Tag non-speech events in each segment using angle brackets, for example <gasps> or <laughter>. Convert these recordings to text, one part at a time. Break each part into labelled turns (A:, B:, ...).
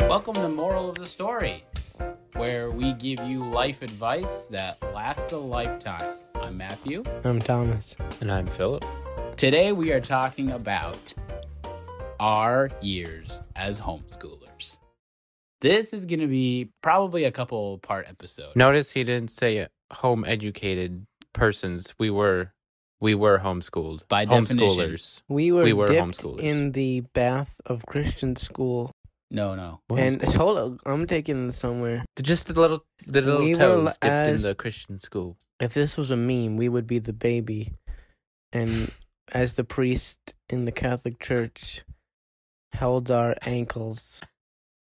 A: Welcome to Moral of the Story, where we give you life advice that lasts a lifetime. I'm Matthew.
B: I'm Thomas.
C: And I'm Philip.
A: Today we are talking about our years as homeschoolers. This is going to be probably a couple part episode.
C: Notice he didn't say home educated persons. We were we were homeschooled.
A: By definition.
C: homeschoolers.
B: We were,
C: We were
B: dipped
C: homeschoolers.
B: in the bath of Christian school,
A: No, no.
C: What
B: and
C: homeschool-
B: hold up, I'm taking this somewhere.
C: just the little the little
B: We were
C: toes dipped
B: as-
C: in the Christian school.
B: If this was a meme, we would be the baby, and as the priest in the Catholic Church held our ankles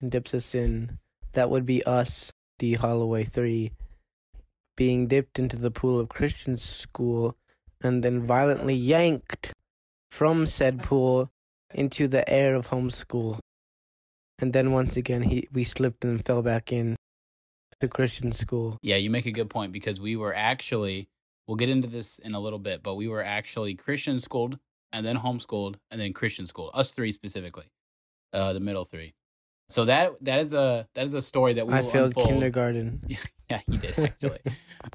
B: and dips us in, that would be us, the Holloway Three, being dipped into the pool of Christian school, and then violently yanked from said pool into the air of homeschool. And then once again, he we slipped and fell back in to Christian school.
A: Yeah, you make a good point because we were actually, we'll get into this in a little bit, but we were actually Christian schooled and then homeschooled and then Christian schooled, us three specifically, uh, the middle three. So that that is a that is a story that we
B: I
A: will
B: failed
A: unfold.
B: kindergarten.
A: <laughs> Yeah, you did
B: <laughs>
A: actually.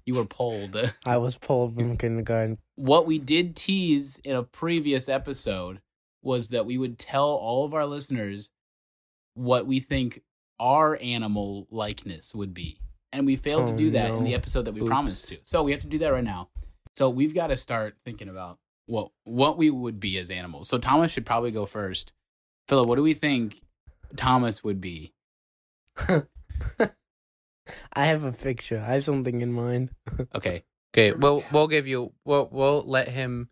A: you were polled.
B: I was pulled from kindergarten.
A: what we did tease in a previous episode was that we would tell all of our listeners what we think our animal likeness would be. And we failed to
B: Oh,
A: do that
B: no.
A: in the episode that we
C: Oops.
A: promised to. So we have to do that right now. So we've got to start thinking about what what we would be as animals. So Thomas should probably go first. Philip, what do we think Thomas would be?
B: I have a picture. I have something in mind.
A: Okay.
C: Okay,
A: Sure.
C: we'll we'll give you we'll we'll let him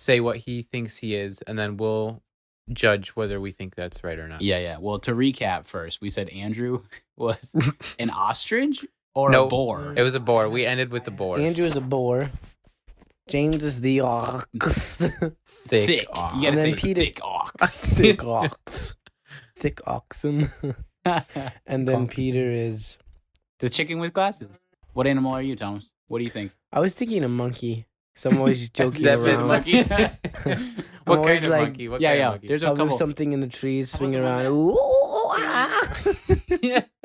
C: say what he thinks he is, and then we'll judge whether we think that's right or not.
A: Yeah, yeah. Well, to recap first, we said Andrew <laughs>
B: <laughs>
A: was an ostrich or a
C: No.
A: boar.
C: It was a boar. We ended with the boar.
B: Andrew is a boar. James is the ox. <laughs>
C: thick.
A: thick.
C: ox.
A: You gotta
B: And
A: say
B: then Peter-
A: thick <laughs> ox.
B: Thick ox. Thick oxen. <laughs>
A: the
B: And then
C: Ox.
B: Peter is.
A: chicken with glasses. What animal are you, Thomas? What do you
B: <laughs>
A: think?
B: I was thinking a monkey. So I'm
C: <laughs>
B: always joking
C: That
B: around.
C: fits
A: like- <laughs>
C: <laughs> what
B: always
C: kind of
B: like-
C: monkey? What
A: yeah,
C: kind
A: yeah.
C: Of monkey?
A: There's a
B: I'll do
A: couple.
B: something in the trees,
A: How about
B: swing
A: the one
B: around.
A: that-
B: Ooh, ah.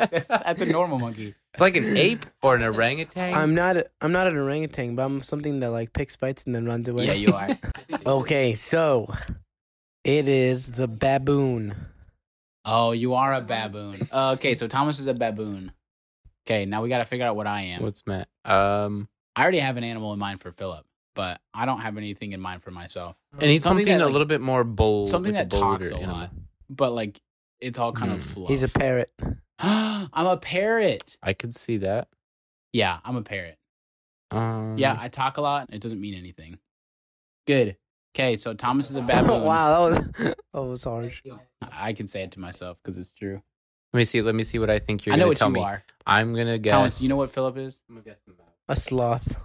A: that's, <laughs> that's a normal
B: <laughs>
A: monkey.
C: It's like an ape or an orangutan.
B: I'm not. A, I'm not an orangutan, but I'm something that like picks fights and then runs away.
A: Yeah, you are.
B: <laughs> Okay, so it is the baboon.
A: <laughs> Oh, you are a baboon.
B: <laughs>
A: Uh, okay, so Thomas is a baboon. Okay, now we gotta figure out what I am.
C: What's Matt? Um,
A: I already have an animal in mind for Philip, but I don't have anything in mind for myself.
C: I need
A: Something
C: something,
A: that,
C: a
A: like-
C: little bit more bold.
A: Something
C: like
A: that talks
C: bolder
A: a
C: animal.
A: lot, but like it's all kind of
C: Hmm.
A: fluff. <gasps>
B: He's
A: <laughs>
B: a parrot.
A: I'm a parrot.
C: I could see that.
A: Yeah, I'm a parrot.
C: Um,
A: Yeah, I talk a lot. It doesn't mean anything. Good. Okay, so Thomas is a baboon.
B: <laughs> wow, that was <laughs> that was harsh.
A: I can say it to myself because it's true.
C: Let me see. Let me see what I think you're.
A: I know
C: gonna
A: what
C: tell
A: you
C: me.
A: are.
C: I'm gonna guess.
A: Thomas, you know what Philip is?
B: A sloth.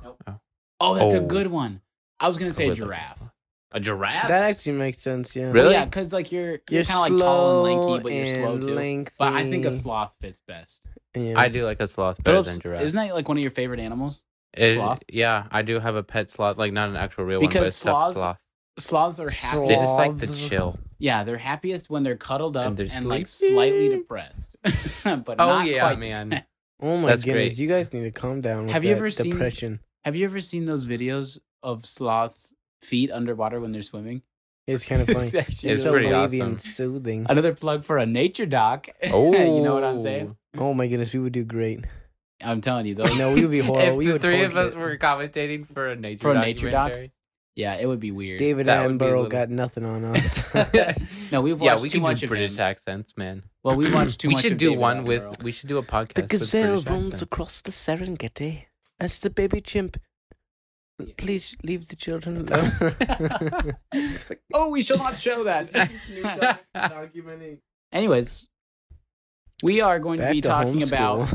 A: Oh, that's a
C: Oh.
A: good one. I was gonna say
C: I
A: a
C: would like
A: giraffe.
C: sloth. A giraffe.
B: That actually makes sense. Yeah.
C: Really?
A: Yeah, because like you're you're,
B: You're
A: kind of like tall and
B: slow
A: lanky, but you're slow
B: and
A: too.
B: Lengthy.
A: But I think a sloth fits best.
B: Yeah.
C: I do like a sloth better
A: Philip,
C: than giraffe.
A: isn't that like one of your favorite animals?
C: It-
A: sloth?
C: Yeah, I do have a pet sloth, like not an actual real one,
A: Because
C: but a stuffed
A: sloths-
C: sloth.
A: Sloths are
B: Sloth.
C: They
A: happiest.
C: just like to
A: <laughs>
B: Sloths.
C: chill.
A: Yeah, they're happiest when they're cuddled up
C: And
A: and,
C: they're
A: like
C: sleepy.
A: slightly depressed, <laughs> but
C: Oh
A: not
C: yeah,
A: quite
C: man.
A: depressed.
B: Oh my
C: That's
B: goodness,
C: great.
B: you guys need to calm down. With
A: Have you
B: that
A: ever seen-
B: depression?
A: Have you ever seen those videos of sloths' feet underwater when they're swimming?
B: It's kind of
A: <laughs>
B: funny.
A: It's actually
C: It's
B: so
A: really-
C: pretty
B: wavy
C: awesome.
B: and soothing.
A: Another plug for a nature doc. <laughs>
C: Oh,
A: you know what I'm saying?
B: Oh my goodness, we would do
C: <laughs>
B: great.
C: Oh.
A: I'm telling you, those.
B: No, we would be horrible.
C: if
B: we
C: the
B: would
C: three of
B: torch
C: us
B: it.
C: were commentating for a nature
A: For a nature
C: nature
A: doc?
C: documentary,
A: <laughs> yeah, it would be weird.
B: David
C: that would be a
B: Attenborough
C: little-
B: got nothing on
C: <laughs>
B: us.
A: <laughs> no, we've
C: yeah,
A: watched
C: we
A: too
C: can
A: much
C: do
A: of
C: British
A: him.
C: accents, man.
A: Well,
C: <clears throat>
A: we watched too
C: we
A: much.
C: should
A: of
C: do
A: David
C: one with.
A: Attenborough.
C: We should do a podcast.
B: The gazelle
C: with British
B: runs
C: accents. <laughs>
B: across the Serengeti. That's the baby chimp. L- Please leave the
C: <laughs>
B: children
A: <laughs>
B: alone.
A: Oh, we shall not show
C: <laughs>
A: that. <laughs> Anyways, we are going to be talking about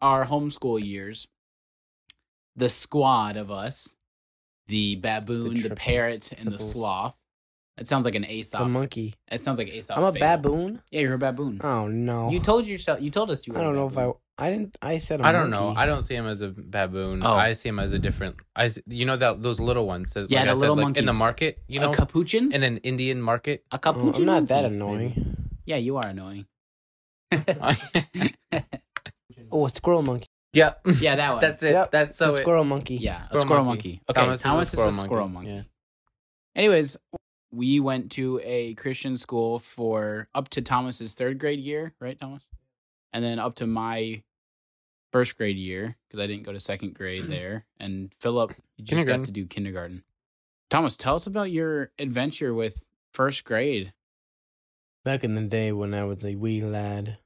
A: our homeschool years. The squad of us, the baboon, the,
C: triple-
A: parrot, and the
C: triples.
A: sloth. That sounds like an Aesop.
B: <laughs> the monkey.
A: That sounds like Aesop's
B: I'm a
A: fable.
B: baboon.
A: Yeah, you're a baboon.
B: Oh no!
A: You told yourself. You told us you. Were
B: I don't
A: a
B: know if
A: baboon.
B: I. I didn't. I said. I
C: I don't know. I don't see him as a baboon.
A: Oh.
C: I see him as a different. I s- you know that those little ones. that,
A: Yeah,
C: like
A: the
C: I said,
A: little
C: like, in the
A: monkeys.
C: market. You know,
A: a capuchin.
C: in an Indian market.
A: a
B: Oh,
A: capuchin.
B: I'm not Oh, that
A: monkey.
B: annoying.
A: <laughs> Yeah, you are annoying.
B: Oh, a squirrel monkey.
C: yep. <laughs>
A: yeah, that one.
C: That's it.
B: Yep,
C: That's
B: It's a
C: so it.
B: squirrel monkey.
A: yeah, a squirrel monkey. Okay, Thomas, is, a squirrel monkey. Anyways, we went to a Christian school for up to Thomas's third grade year, right, Thomas? And then up to my first grade year because I didn't go to second grade there. And Philip, you just got
C: Kindergarten.
A: to do Mm. kindergarten. Thomas, tell us about your adventure with first grade.
B: Back in the day when I was a wee lad,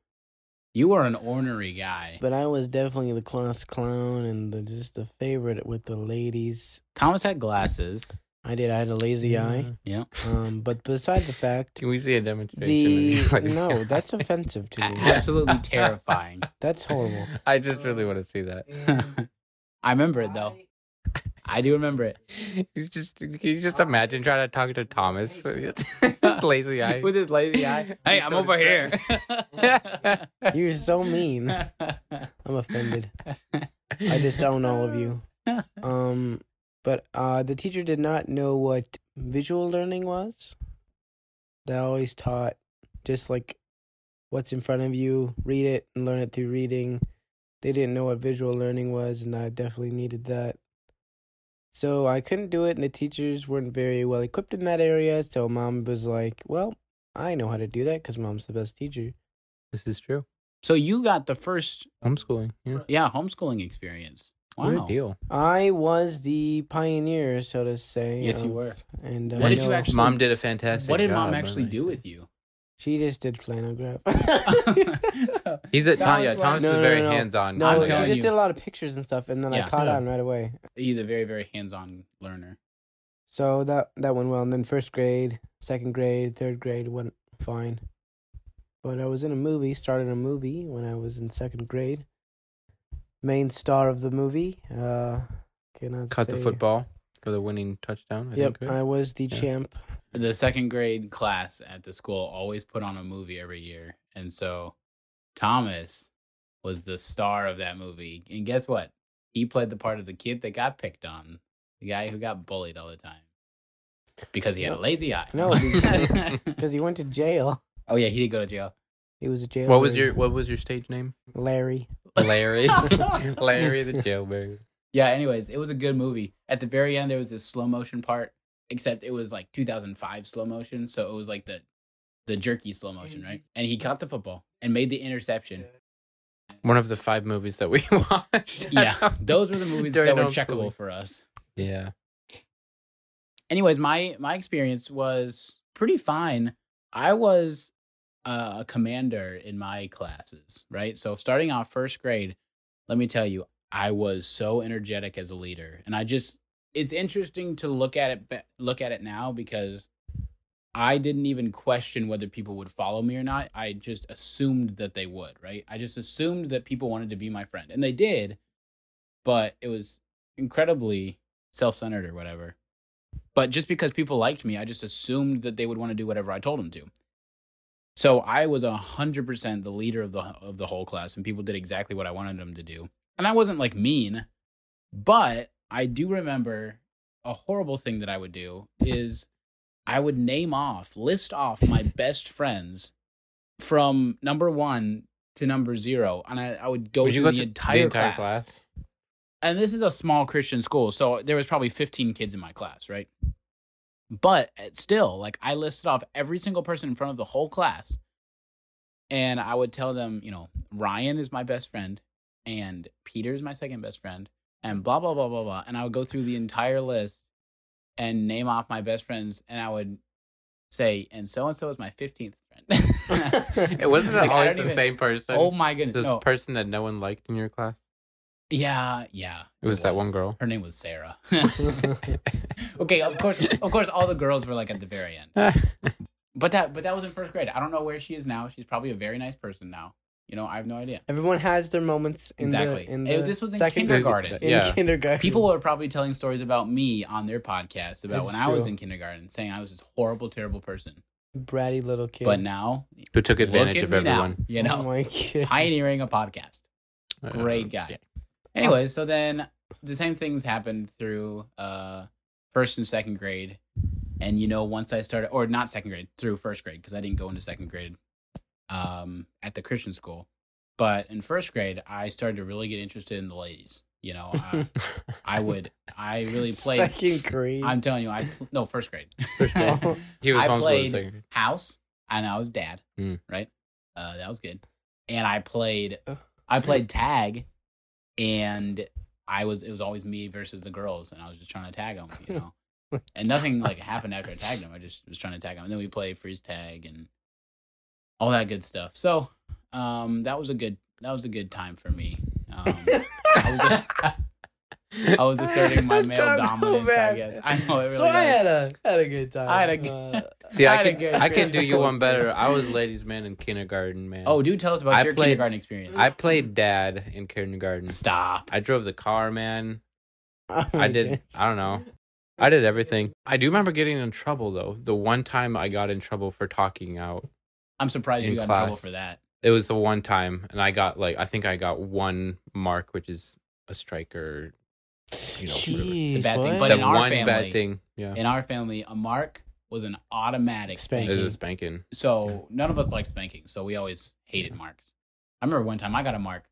A: You were an ornery guy.
B: but I was definitely the class clown and the, just the favorite with the ladies.
A: Thomas had glasses.
B: I did. I had a lazy
A: Mm.
B: eye.
A: Yeah.
B: Um, but besides the
A: <laughs>
B: fact,
C: <laughs> Can we see a demonstration?
B: the
C: of your legs?
B: no, that's offensive to me.
A: <laughs> Absolutely <laughs> terrifying.
B: That's horrible.
C: <laughs> I just really want to see that. <laughs>
A: I remember it though. I do remember it.
C: You just, can you just imagine trying to talk to Thomas <laughs> with his lazy eye?
A: <laughs> With his lazy eye. <laughs> Hey,
C: He's
A: I'm
C: so
A: over here.
B: You're so
A: <laughs>
B: <laughs> mean. I'm offended. I disown all of you. Um, but uh, the teacher did not know what visual learning was. They always taught just like what's in front of you, read it and learn it through reading. They didn't know what visual learning was, and I definitely needed that. So I couldn't do it, and the teachers weren't very well equipped in that area. So mom was like, "Well, I know how to do that because mom's the best teacher."
C: This is true.
A: so you got the first
C: Homeschooling. Yeah.
A: yeah, homeschooling experience.
C: What
A: Wow.
C: a deal.
B: I was the pioneer, so to say.
A: Yes, you were.
B: And uh,
A: What
B: I
A: did you
B: know-
A: actually-
C: Mom did a fantastic.
A: What did
C: job,
A: mom
C: I
A: actually
C: might
A: do
C: say.
A: with
B: <laughs>
A: you? <laughs>
B: She just did
C: <laughs>
B: <laughs> flannelgraph.
A: So-
C: He's a
A: Thomas
C: Tanya.
A: was-
C: Thomas
B: No,
C: is
B: no,
C: very
B: no, no.
C: hands-on.
B: no,
A: I'm
B: she
A: telling
B: just
A: you.
B: did a lot of pictures and stuff, and then I
A: Yeah.
B: caught
C: Yeah.
B: on right away.
A: He's a very, very hands on learner.
B: So that that went well. And then first grade, second grade, third grade went fine. But I was in a movie, started a movie when I was in second grade. Main star of the movie, uh, cannot
C: Cut the
B: say-
C: football for the winning touchdown. I
B: Yep,
C: think.
B: I
C: right?
B: was the
C: Yeah.
B: champ.
A: The second grade class at the school always put on a movie every year. And so Thomas was the star of that movie. And guess what? He played the part of the kid that got picked on, the guy who got bullied all the time because he had a
B: No.
A: lazy eye.
B: No,
A: <laughs>
B: because- Because he went to jail.
A: oh, yeah, he did go to jail.
B: He was a jail.
C: What was your What was your stage name?
B: Larry?
A: <laughs>
C: Larry. <laughs> Larry the jailbird.
A: Yeah, anyways, it was a good movie. At the very end, there was this slow motion part, except it was like 2005 slow motion. So it was like the, the jerky slow motion, right?
C: Mm-hmm.
A: And he caught the football and made the interception.
C: One of the five movies that we <laughs> watched.
A: yeah, those were the movies
C: <laughs> During
A: that were
C: homeschooling.
A: checkable for us.
C: Yeah.
A: Anyways, my my experience was pretty fine. I was uh, a commander in my classes, right? So starting off first grade, let me tell you, I was so energetic as a leader, and I just it's interesting to look at it ba- look at it now because I didn't even question whether people would follow me or not. I just assumed that they would, right? I just assumed that people wanted to be my friend, and they did, but it was incredibly self-centered or whatever. But just because people liked me, I just assumed that they would want to do whatever I told them to. So I was hundred percent the leader of the of the whole class, and people did exactly what I wanted them to do. And I wasn't like mean, but I do remember a horrible thing that I would do is I would name off, list off my best friends from number one to number zero, and I, I would go
C: Would you
A: through
C: go
A: the,
C: to
A: entire
C: the entire
A: class
C: class?
A: and this is a small Christian school, so there was probably 15 kids in my class, right? But eh, still, like I listed off every single person in front of the whole class. And I would tell them, you know, Ryan is my best friend and Peter is my second best friend and blah blah blah blah blah and I would go through the entire list and name off my best friends and I would say and so and so is my 15th friend. <laughs>
C: It wasn't
A: Like, I
C: always
A: don't
C: the
A: even-
C: same person.
A: oh my goodness.
C: this
A: No.
C: person that no one liked in your class.
A: yeah, yeah.
C: It was that
A: <laughs>
C: one girl. <laughs>
A: Her name was Sarah. okay, of course, of course, all the girls were like at the very end.
C: <laughs>
A: But that, but that was in first grade. I don't know where she is now. She's probably a very nice person now. You know, I have no idea.
B: Everyone has their moments in
A: Exactly.
B: the in
A: Eh,
B: the
A: this was in
B: second
C: There's-
A: kindergarten.
B: in
C: Yeah.
B: kindergarten.
A: People were probably telling stories about me on their podcast about
B: It's
A: when I was
B: true.
A: in kindergarten, saying I was this horrible, terrible person.
B: bratty little kid.
A: But now,
C: Who took advantage
A: look at me
C: of
A: now,
C: everyone.
A: you
B: <laughs> oh
A: know,
B: my god.
A: pioneering a podcast.
C: Uh,
A: Great guy.
B: Um,
A: Anyway, so then the same things happened through uh first and second grade. And you know, once I started or not second grade, through first grade, because I didn't go into second grade. um, at the Christian school. But in first grade, I started to really get interested in the ladies. You know, I, I would, I
B: <laughs>
A: really played.
B: Second grade. <laughs> Oh.
A: I'm telling you, I pl- no first grade.
C: First grade. He
A: <laughs>
C: was
A: I
C: homeschooled
A: played-
C: in second grade.
A: house and I was dad,
C: Mm.
A: right? Uh, that was good. And I played,
B: Ugh.
A: I played
B: <laughs>
A: tag, and I was it was always me versus the girls, and I was just trying to tag them, you
B: <laughs>
A: know. and nothing like happened after I tagged them. I just was trying to tag them, and then we played freeze tag and all that good stuff. So, um, that was a good that was a good time for me. Um, I was. I was <laughs> asserting my
B: <laughs> That
A: male
B: sounds so
A: dominance, I
B: bad.
A: guess. I know it really
B: so I
A: does.
B: had a had a good time. Uh,
A: I had a good-
B: <laughs>
C: See,
A: I
C: I
A: had a
C: can
A: good
C: I can do
A: Christian
C: you one
A: school
C: better. I was
A: experience.
C: ladies' man in kindergarten, man.
A: Oh, dude, tell us about
C: I
A: your
C: played-
A: kindergarten experience.
C: I played dad in kindergarten.
A: Stop.
C: I drove the car, man.
B: Oh my
C: I did.
B: goodness.
C: I don't know. I did everything. I do remember getting in trouble though. The one time I got in trouble for talking out,
A: I'm surprised
C: in
A: you got in trouble
C: class.
A: for that.
C: it was the one time, and I got like I think I got one mark, which is a strike or you know, whatever.
B: Jeez,
A: The bad thing,
B: what?
A: but
C: the
A: in our
C: one
A: family-
C: bad thing. Yeah,
A: In our family, a mark was an automatic
B: Spanking.
A: spanking.
C: it was
A: <laughs>
C: spanking.
A: So none of us liked spanking, so we always hated marks. I remember one time I got a mark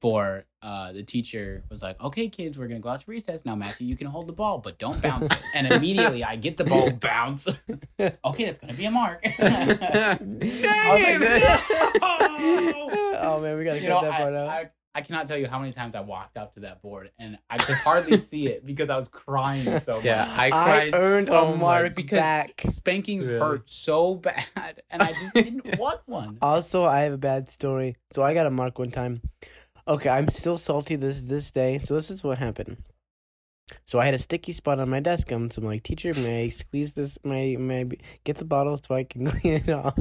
A: for uh, the teacher was like, "Okay, kids, we're gonna go out to recess now. Matthew, you can hold the ball, but don't bounce it." And immediately I get the ball,
C: <laughs>
A: bounce. okay, that's gonna be a mark. <laughs>
B: <laughs> I
A: No!
B: was like, <laughs> oh man, we gotta
A: You know,
B: cut that
A: I,
B: part out.
A: I, I cannot tell you how many times I walked up to that board and I could hardly see it because I was crying so much.
C: <laughs> Yeah, I
B: I
C: cried
B: earned
C: so
B: a mark
C: much.
A: Because
B: back.
A: spankings
C: Really?
A: hurt so bad and I just didn't want <laughs> one.
B: Also, I have a bad story. So I got a mark one time. Okay, I'm still salty this this day. So this is what happened. So I had a sticky spot on my desk. I'm, so I'm like, teacher, may I squeeze this? May may I be- get the bottle so I can <laughs> clean it off?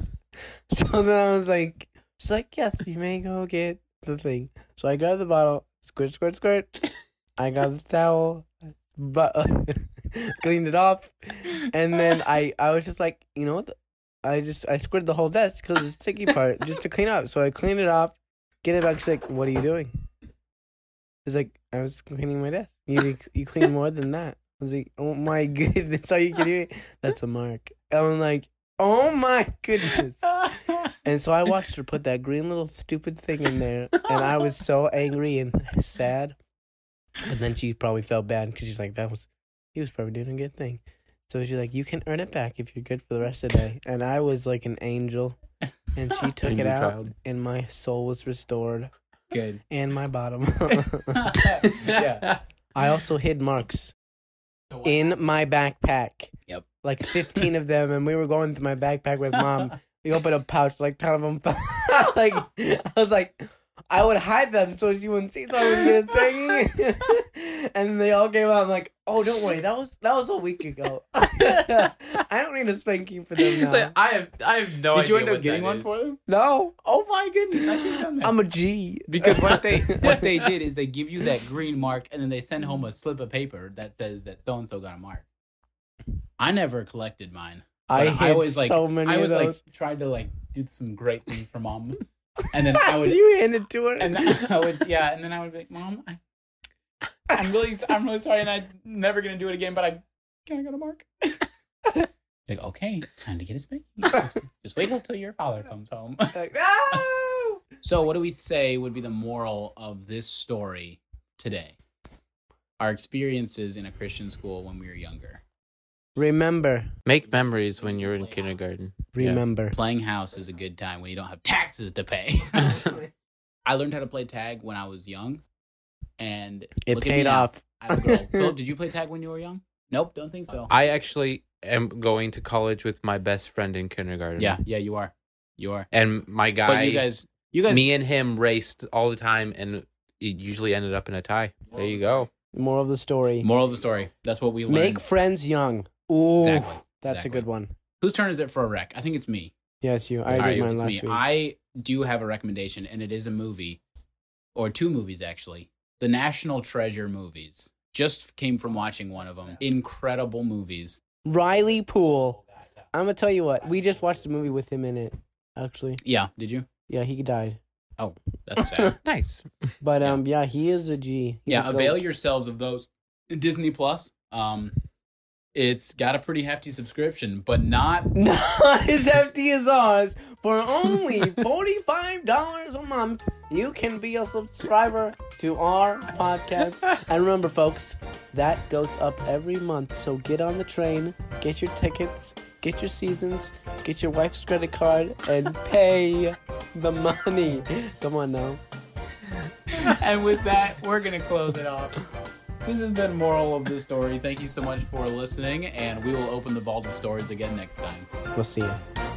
B: So then I was like, she's like, yes, you may go get the thing. So I grabbed the bottle, squirt, squirt, squirt. I grabbed the towel, but <laughs> cleaned it off, and then I I was just like, you know what? the- I just I squirted the whole desk because it's sticky part just to clean up. So I cleaned it off, get it back. She's like, "What are you doing?" It's like I was cleaning my desk. You you clean more than that. I was like, "Oh my <laughs> goodness, are you kidding me? That's a mark." I'm like, "Oh my goodness." And so I watched her put that green little stupid thing in there, and I was so angry and sad. And then she probably felt bad because she's like, "That was, he was probably doing a good thing." So she's like, "You can earn it back if you're good for the rest of the day." And I was like an angel, and she took it
C: Angel
B: out,
C: child.
B: and my soul was restored,
A: Good.
B: and my bottom.
A: <laughs>
B: <laughs>
A: yeah.
B: I also hid marks
A: So what-
B: in my backpack.
A: Yep.
B: Like fifteen of them, and we were going through my backpack with mom.
A: <laughs>
B: We opened a pouch, like ten of them. fell- <laughs> like I was like, I would hide them so she wouldn't see. So I would get a thingy, <laughs> and they all came out. I'm like, oh, don't worry, that was that was a week ago. <laughs> I don't need a spanking for them
C: It's
B: now.
C: like, I have I have no
A: Did you
C: idea
A: end up
C: what
A: getting
C: that
A: one
C: is.
A: for them?
B: no,
A: Oh my goodness, I should have done that. <laughs>
B: I'm a G.
A: because what <laughs> they what they did is they give you that green mark and then they send home a slip of paper that says that so and so got a mark. I never collected mine.
B: <laughs> I,
A: But
B: hid
A: always like
B: so many
A: I was
B: of those.
A: like tried to like do some great things for mom, and <laughs> then
B: <laughs>
A: I would
B: you handed to her.
A: and <laughs> then I would yeah, and then I would be like, mom, I, I'm really I'm really sorry, and I'm never gonna do it again. But I kind of got a mark. <laughs> like okay, time to get a spanking. <laughs> Just, just wait until your father comes home.
B: <laughs>
A: <laughs>
B: Like, no.
A: So, what do we say would be the moral of this story today? Our experiences in a Christian school when we were younger.
B: Remember,
C: Make memories when you're in kindergarten. Yeah.
B: remember.
A: Playing house is a good time when you don't have taxes to
B: <laughs>
A: pay. <laughs> I learned how to play tag when I was young, and
B: It
A: Look at me
B: paid
A: now.
B: off.
A: I have a girl. Philip, did you play tag when you were young? Nope, don't think so.
C: I actually am going to college with my best friend in kindergarten.
A: yeah, yeah, you are, you are.
C: And my guy,
A: But you guys, you guys,
C: me and him raced all the time, and it usually ended up in a tie. There you go.
B: Moral of the story:
A: moral of the story. That's what we learned.
B: make friends young. Ooh,
A: Exactly,
B: that's
A: exactly.
B: a good one.
A: Whose turn is it for a wreck? I think it's me.
B: Yes, you. I
C: All
B: did
C: right,
B: mine
A: it's
B: last
A: me.
B: week.
A: I do have a recommendation, and it is a movie, or two movies actually. The National Treasure movies. Just came from watching one of them. Incredible movies.
B: Riley Poole. I'm gonna tell you what. We just watched a movie with him in it. Actually,
A: Yeah, did you?
B: yeah, he died. <laughs>
A: That's sad.
C: <laughs> Nice.
B: But
A: Yeah.
B: um, yeah, he is a G. He's
A: yeah,
B: a
A: avail
B: goat.
A: yourselves of those. Disney Plus. Um, it's got a pretty hefty subscription, but not
B: <laughs> Not as hefty as ours, For only $45 a month, you can be a subscriber to our podcast. And remember, folks, that goes up every month. So get on the train, get your tickets, get your seasons, get your wife's credit card, and pay the money. Come on now.
A: <laughs> and with that, we're going to close it off. This has been Moral of the Story. Thank you so much for listening, and we will open the vault of stories again next time.
B: We'll see you.